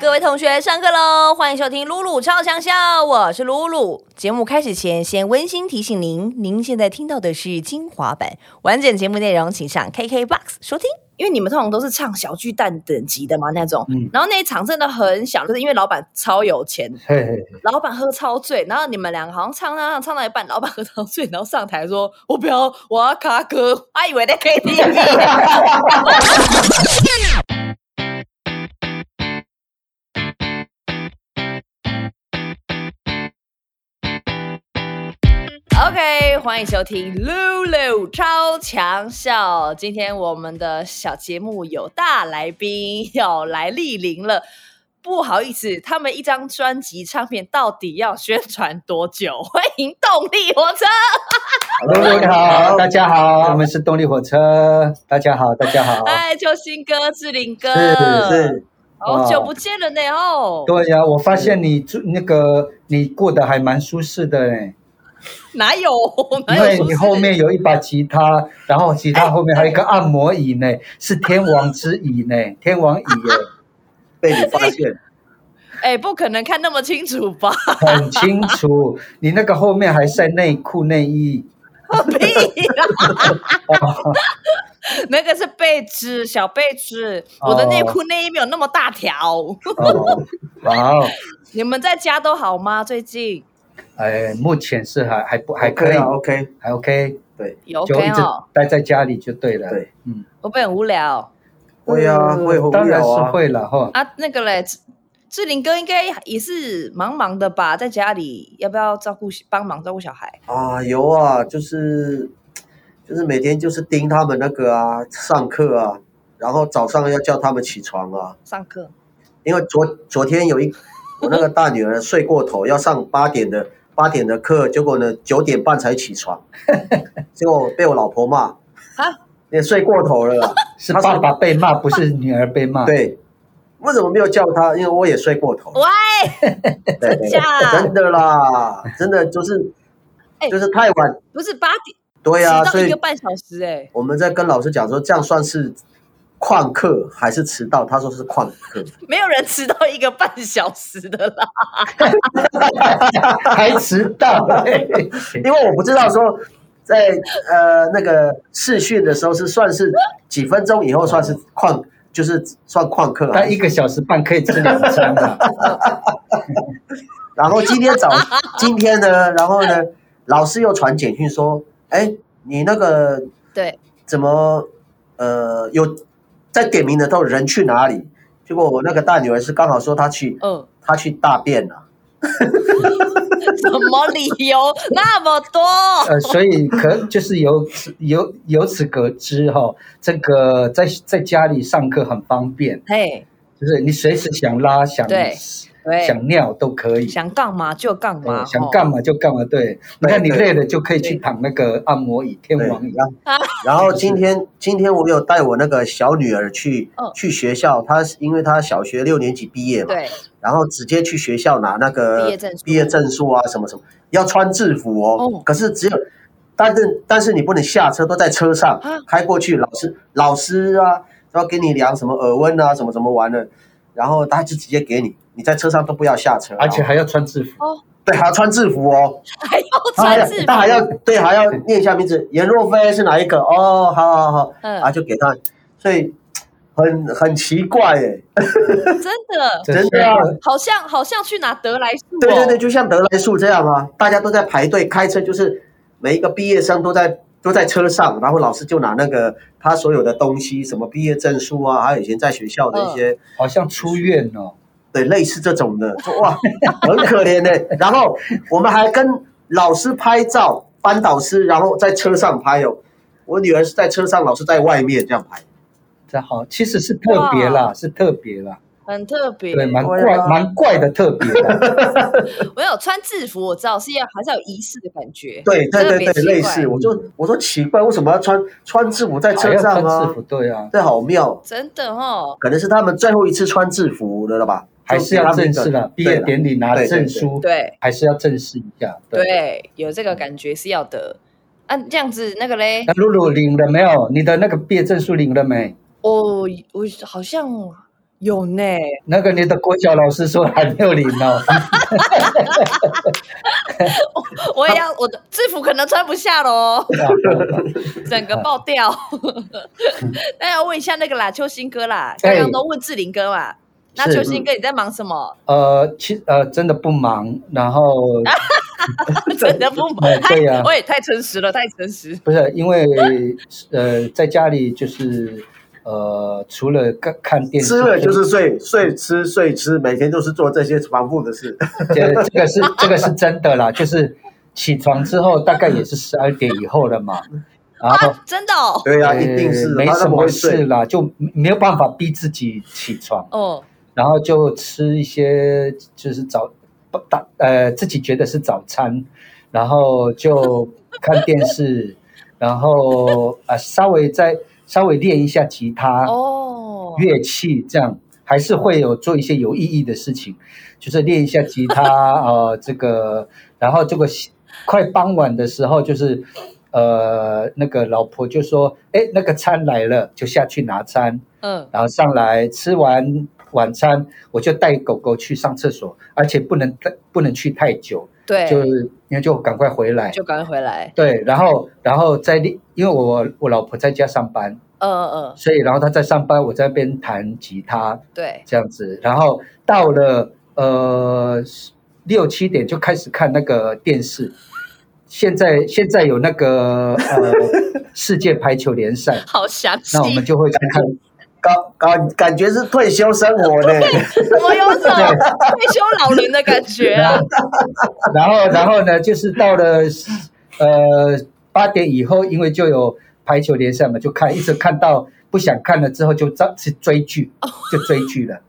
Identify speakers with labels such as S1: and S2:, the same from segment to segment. S1: 各位同学，上课喽！欢迎收听露露超强笑，我是露露。节目开始前，先温馨提醒您，您现在听到的是精华版，完整节目内容请上 KKBOX 收听。因为你们通常都是唱小巨蛋等级的嘛那种，
S2: 嗯
S1: 然后那一场真的很小，就是因为老板超有钱，
S2: 嘿嘿，
S1: 老板喝超醉，然后你们两个好像唱唱唱唱到一半，老板喝超醉，然后上台说：“我不要， 我要卡歌。”他以为在 KTV。OK，欢迎收听《露露超强笑》。今天我们的小节目有大来宾要来莅临了。不好意思，他们一张专辑唱片到底要宣传多久？ 欢迎动力火车。
S2: Hello，你好，大家好，我啊们是动力火车，大家好，大家 好，
S1: 哎，救星哥、志玲哥，
S2: 是是，
S1: 好、
S2: 哦
S1: 久不见了呢哦，
S2: 对呀、我发现你住那个你过得还蛮舒适的哎，
S1: 哪有？ 哪
S2: 因
S1: 有
S2: 为
S1: 舒
S2: 你
S1: 适
S2: 后面有一把吉他，然后吉他后面还有一个按摩椅呢，是天王之椅 呢，天王椅耶，
S3: 被你
S2: 啊
S3: 发现，
S1: 哎、不可能看那么清楚吧？
S2: 很清楚，你那个后面还晒内裤内衣，
S1: 屁啦！那个是被子，小被子。我的内裤内衣没有那么大条。
S2: 哦，哇哦，
S1: 你们在家都好吗？最近
S2: 哎，目前是还还不还可以，
S3: 啊，OK，
S2: 还哦 OK，
S1: 有
S2: 就一
S1: OK
S2: 直
S1: 哦？
S2: 待在家里就对了，
S3: 对，
S2: 嗯。
S1: 会不会很无聊
S3: 会啊，会会
S2: 当然是
S3: 会
S2: 会了哈。
S1: 啊？那个嘞，志志玲哥应该也是忙忙的吧？在家里要不要照顾帮忙照顾小孩？
S3: 啊，有啊，就是就是每天就是盯他们那个啊，上课啊，然后早上要叫他们起床啊，
S1: 上课
S3: 因为昨昨天有一我那个大女儿睡过头，要上八点的八点的课，结果呢九点半才起床，结果被我老婆骂
S1: 啊，
S3: 你睡过头了啦，
S2: 是爸爸被骂，不是女儿被骂。，
S3: 对。为什么没有叫她？因为我也睡过头。
S1: 喂，
S3: 对
S1: 真假
S3: 真的啦，真的就是
S1: 哎
S3: 就是太晚
S1: 不是八点
S3: 对呀、
S1: 迟
S3: 所
S1: 到一
S3: 以
S1: 个半小时哎、
S3: 我们在跟老师讲说，这样算是旷课还是迟到？他说是旷课，
S1: 没有人迟到一个半小时的啦。
S2: 还迟到。
S3: 因为我不知道说在呃那个试训的时候是算是几分钟以后算是旷，就是算旷课还
S2: 他
S3: 是。
S2: 一个小时半可以吃两餐啊。
S3: 然后今天 早今天呢，然后呢，老师又传简讯说，哎，你那个
S1: 对，
S3: 怎么呃有在点名的时候人去哪里？结果我那个大女儿是刚好说她去
S1: 嗯，
S3: 她去大便了。
S1: 什么理由那么多？
S2: 呃，所以可就是由此由由此可知哈、这个在在家里上课很方便，
S1: 嘿，
S2: 就是你随时想拉想
S1: 对对，
S2: 想尿都可以，
S1: 想干嘛就干嘛，
S2: 呃想干
S1: 嘛。
S2: 嘛就干嘛。对，你看你累了就可以去躺那个按摩椅、天
S3: 对
S2: 王椅。
S3: 然后然后今天今天我有带我那个小女儿去、
S1: 嗯
S3: 去学校，她是因为她小学六年级毕业嘛，
S1: 对，
S3: 然后直接去学校拿那个
S1: 毕业证书
S3: 毕业证书啊什么什么，要穿制服哦。
S1: 哦
S3: 可是只有，但是但是你不能下车，都在车上
S1: 啊
S3: 开过去，老师老师啊，要给你量什么耳温啊，什么什么玩的，然后他就直接给你，你在车上都不要下车，
S2: 而且
S3: 然后
S2: 还要穿制服，
S3: 对还要穿制服哦。
S1: 还要
S3: 他还
S1: 穿
S3: 要
S1: 制服
S3: 他，还要对还要念一下名字，颜若飞是哪一个？哦，好好好，
S1: 嗯
S3: 啊就给他，所以很很奇怪哎，
S1: 真 的
S2: 这
S3: 真的啊
S1: 好像好像去拿得来速哦。
S3: 对对对，就像德莱树这样啊，大家都在排队开车，就是每一个毕业生都在都在车上，然后老师就拿那个他所有的东西，什么毕业证书啊，还有以前在学校的一些。
S2: 好像出院哦。
S3: 对，类似这种
S2: 嗯
S3: 的，说哇，很可怜 的、然后我们还跟老师拍照，班导师，然后在车上拍哦。我女儿是在车上，老师在外面这样拍。
S2: 这好，其实是特别啦，
S1: 哇
S2: 是特别啦，
S1: 很特别。
S2: 对，蛮
S3: 哦对
S2: 怪，
S3: 啊
S2: 蛮怪的特别 啦。
S1: 没有穿制服，我知道是要还是要有仪式的感觉。
S3: 对对
S1: 特
S3: 对
S1: 别奇
S3: 对，
S1: 怪
S3: 类似。我就我说奇怪，为什么要穿穿制服在
S2: 还
S3: 车
S2: 要
S3: 上
S2: 穿
S3: 啊
S2: 制服，？对 啊，
S3: 这好妙，
S1: 真的哦，
S3: 可能是他们最后一次穿制服了了吧？
S2: 还是要正式
S3: 式
S2: 了，
S3: 了，
S2: 毕业
S3: 对啦啊
S2: 典礼拿
S3: 对对
S2: 证书，
S1: 对
S2: 还是要正式一下。，
S1: 对，有这个感觉是要的。啊，这样子那个嘞
S2: 那，露露领了没有？你的那个毕业证书领了没？
S1: 哦，我好像有呢，
S2: 那个你的国小老师说还没有领 哦，
S1: 我也要我的制服可能穿不下喽，整个爆 掉。那要问一下那个啦，秋兴哥啦，刚
S2: 哎
S1: 刚都问志玲哥嘛，那
S2: 是
S1: 秋兴哥你在忙什么？
S2: 呃，其呃真的不忙，然后
S3: 啊
S1: 真的不忙
S2: 哎，对呀
S1: 我也太诚实了，太诚实。
S2: 不是因为呃在家里就是呃除了看看电视，
S3: 吃了就是睡，睡吃睡吃，每天都是做这些重复的事。
S2: 这这个是这个是真的啦，就是起床之后大概也是十二点以后了嘛，然后。
S1: 啊，真的哦，
S3: 对呀、
S2: 呃
S3: 一定是的
S2: 没
S3: 他
S2: 什
S3: 那么
S2: 么
S3: 会
S2: 事
S3: 睡。
S2: 啦，就没有办法逼自己起床，
S1: 哦，
S2: 然后就吃一些就是早不打呃自己觉得是早餐，然后就看电视，然后啊、稍微再稍微练一下吉他、
S1: 哦，
S2: 乐器，这样还是会有做一些有意义的事情，就是练一下吉他 呃这个，然后这个快傍晚的时候就是。呃，那个老婆就说：“哎，那个餐来了，就下去拿餐。”
S1: 嗯，
S2: 然后上来吃完晚餐，我就带狗狗去上厕所，而且不能太不能去太久，
S1: 对，
S2: 就是因为就赶快回来。
S1: 就赶快回来，
S2: 对，然后然后在另因为我我老婆在家上班，
S1: 嗯嗯，
S2: 所以然后她在上班，我在那边弹吉他
S1: 对，
S2: 这样子，然后到了呃六七点就开始看那个电视。现在现在有那个呃世界排球联赛，
S1: 好详细
S2: 那我，们就会去看
S3: 感感感觉是退休生活呢，
S1: 怎么有种退休老人的感觉啊？
S2: 然后，然后呢，就是到了呃八点以后，因为就有排球联赛嘛，就看一直看到不想看了之后就追去追剧，就追剧了，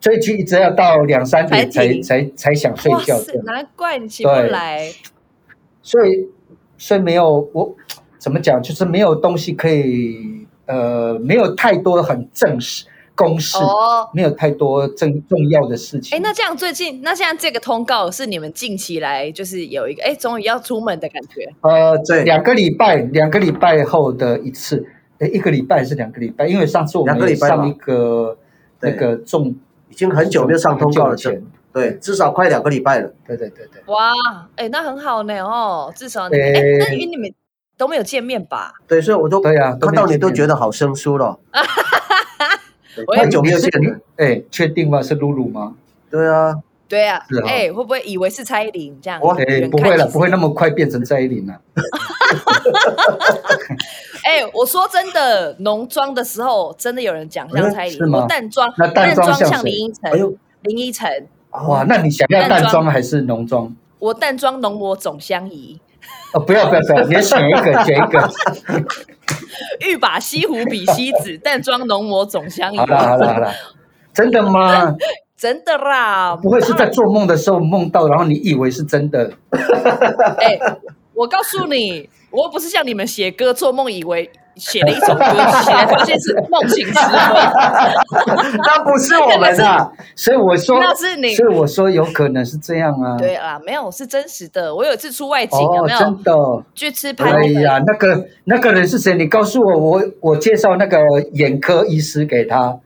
S2: 追剧一直要到两三点
S1: 才
S2: 才
S1: 停
S2: 才才想睡
S1: 哇
S2: 觉
S1: 塞
S2: 这，样，
S1: 难怪你起不
S2: 对
S1: 来，
S2: 所以所以没有我怎么讲，就是没有东西可以呃，没有太多很正式公式，
S1: 哦。
S2: 没有太多正重要的事情。
S1: 哎，那这样最近，那现在这个通告是你们近期来就是有一个，哎，终于要出门的感觉，
S2: 呃，
S3: 对
S2: 两个礼拜，两个礼拜后的一次，诶一个礼拜还是两个礼拜？因为上次我们
S3: 两个
S2: 有
S3: 礼拜吧
S2: 上一个那
S3: 对
S2: 个重
S3: 已经很久没有上通告了
S2: 很，久以前
S3: 对，至少快两个礼拜了。
S2: 对对对对，
S1: 哇，哎，那很好呢哦，至少你，
S2: 哎
S1: 哎，那因为你们都没有见面吧？
S3: 对，所以我都
S2: 对啊都没
S3: 看到你
S2: 见
S3: 都
S2: 面
S3: 觉得好生疏了。对
S1: 我也
S3: 太久没有见了。
S2: 哎，确定吗？是露露吗？
S3: 对 啊，
S1: 对啊
S2: 是，啊
S1: 哎，会不会以为是蔡依林这样？
S3: 哇
S2: 哎，
S1: 远
S2: 不
S1: 看
S2: 会了，
S1: 近
S2: 不会那么快变成蔡依林了。
S1: 哎、我说真的，浓妆的时候真的有人讲像
S2: 哎
S1: 蔡依
S2: 是
S1: 林，
S2: 吗
S1: 我淡妆，
S2: 那淡妆
S1: 妆
S2: 像谁
S1: 林依晨，
S3: 哎呦，
S1: 林依晨，
S3: 哦
S2: 哇，那你想要
S1: 淡
S2: 淡
S1: 妆
S2: 妆还是浓妆？
S1: 我淡妆浓抹总相宜，
S2: 哦，不要不要不要，你选一个 选一个。
S1: 欲把西湖比西子，淡妆浓抹总相宜
S2: 好，了好了好了，真的吗？
S1: 真的啦，
S2: 不会是在做梦的时候梦到，然后你以为是真的？
S1: 哎、我告诉你，我又不是像你们写歌做梦以为。写了一首歌，写来发现是梦醒时 分，
S3: 那不是我们啊，
S2: 所以我说，
S1: 那是你
S2: 所以我说有可能是这样啊。
S1: 对啦，没有是真实的。我有一次出外景，有
S2: 哦，
S1: 没有
S2: 真的哦。
S1: 去吃拍？
S2: 哎呀，那个那个人是谁？你告诉我，我我介绍那个眼科医师给他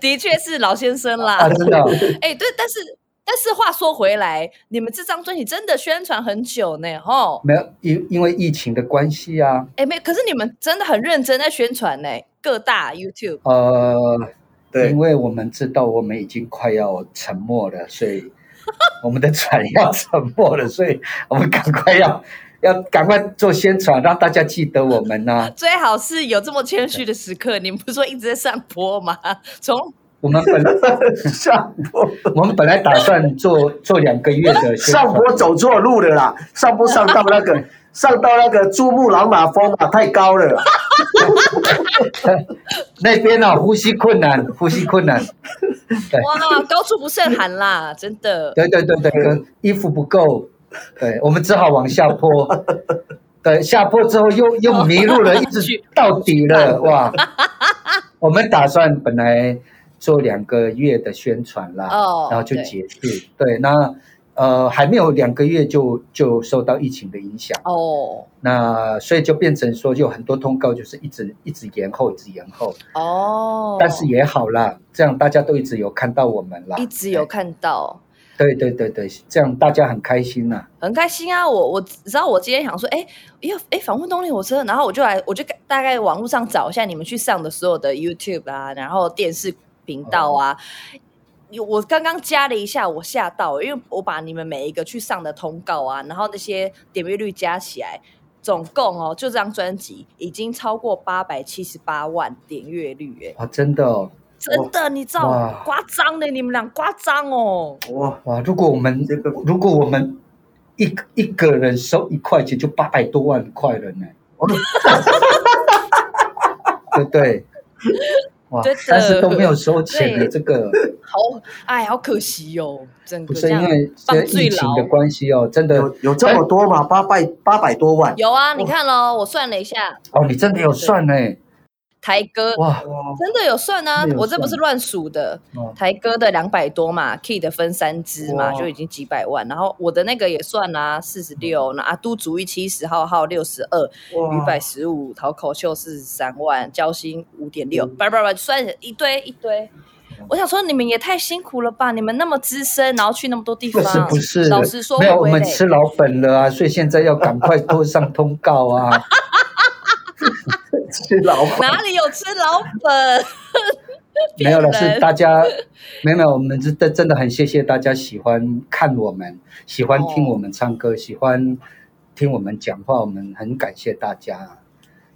S1: 的确是老先生啦
S2: 啊，。真的哦，
S1: 哎、对，但是但是话说回来，你们这张专辑真的宣传很久呢，吼，
S2: 没有因因为疫情的关系啊，
S1: 哎、没，可是你们真的很认真在宣传呢，各大 YouTube
S2: 呃，
S3: 对
S2: 因，为我们知道我们已经快要沉没了，所以我们的船要沉没了，所以我们赶快要 要赶快做宣传，让大家记得我们呐、
S1: 最好是有这么谦虚的时刻，你们不是说一直在上坡吗？从
S2: 我们本来
S3: 上坡
S2: 我们本来打算做做两个月的宣传
S3: 上坡走错路了啦，上坡上到那个上到那个珠穆朗玛峰啊，太高了。
S2: 那边啊，呼吸困难，呼吸困难。
S1: 哇，高处不胜寒啦，真的。
S2: 对对对对，可衣服不够，对我们只好往 下坡。对，下坡之后又又迷路了，一直到底了，哇！我们打算本来做两个月的宣传啦，
S1: 哦
S2: 然后就结束。对，那呃，还没有两个月就就受到疫情的影响，
S1: 哦
S2: 那所以就变成说，有很多通告就是一直一直延后，一直延后。
S1: 哦，
S2: 但是也好啦，这样大家都一直有看到我们啦，
S1: 一直有看到，
S2: 对对对对，这样大家很开心呐、
S1: 很开心啊！我我只知道我今天想说，哎，要哎访问动力火车，然后我就来，我就大概网络上找一下你们去上的所有的 YouTube 啊，然后电视频道啊。
S2: 哦
S1: 有我刚刚加了一下，我吓到，因为我把你们每一个去上的通告啊，然后那些点阅率加起来，总共哦，就这张专辑已经超过八百七十八万点阅率，哎，
S2: 哇，真的哦，
S1: 真的，你知道
S2: 哇，
S1: 夸张的，你们俩夸张哦。
S3: 哇，
S2: 哇！如果我们
S3: 这个
S2: 如果我们一个一个人收一块钱，就八百多万块了 呢，对不对？哇
S1: 真的！
S2: 但是都没有收钱的
S1: 对
S2: 这个，
S1: 好，哎，好可惜哦，整
S2: 不
S1: 个这
S2: 是因
S1: 样
S2: 为
S1: 放
S2: 这
S1: 最
S2: 疫情的
S1: 牢。
S2: 关系哦，真的
S3: 有有这么多吗？八百八百多万，
S1: 有啊，你看喽，我算了一下，
S2: 哦，你真的有算呢，
S1: 台哥
S2: 哇！
S3: 哇
S1: 真的有算啊
S2: 真的，有
S1: 我这不是
S2: 算
S1: 乱数的
S2: 哦。
S3: 嗯
S1: 台哥的两百多嘛，Key 的分三支嘛，
S3: 哇
S1: 就已经几百万。然后我的那个也算啦、啊，四十六。那阿都主义七十，浩浩六十二，
S3: 哇
S1: 鱼百十五，淘口秀四十三万，交心五点六，
S2: 嗯
S1: 叭叭叭，算一堆一堆。我想说，你们也太辛苦了吧！你们那么资深，然后去那么多地方，
S2: 是不是？
S1: 老实说，
S2: 没有，
S1: 会
S2: 我
S1: 不会
S2: 们
S1: 累
S2: 吃老本了啊，所以现在要赶快多上通告啊。
S3: 是老板
S1: 哪里有吃老本？
S2: 没有了，
S1: 骗人
S2: 是大家 没有没有，我们真的真的很谢谢大家喜欢看我们，喜欢听我们唱
S1: 哦
S2: 歌，喜欢听我们讲话，我们很感谢大家，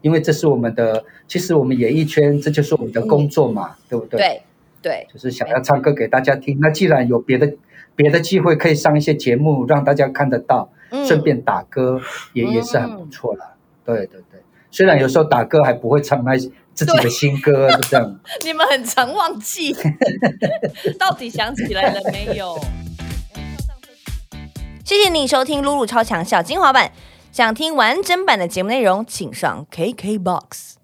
S2: 因为这是我们的，其实我们演艺圈这就是我们的工作嘛，对不
S1: 嗯
S2: 对？，
S1: 对对，
S2: 就是想要唱歌给大家听。那既然有别的别的机会可以上一些节目，让大家看得到，
S1: 嗯
S2: 顺便打歌也、也是很不错啦。对对对，虽然有时候打歌还不会唱那自己的新歌，啊就这样。
S1: 你们很常忘记， 到底想起来了没有？ 谢谢你收听《露露超强小精华版》，想听完整版的节目内容，请上 KKBOX。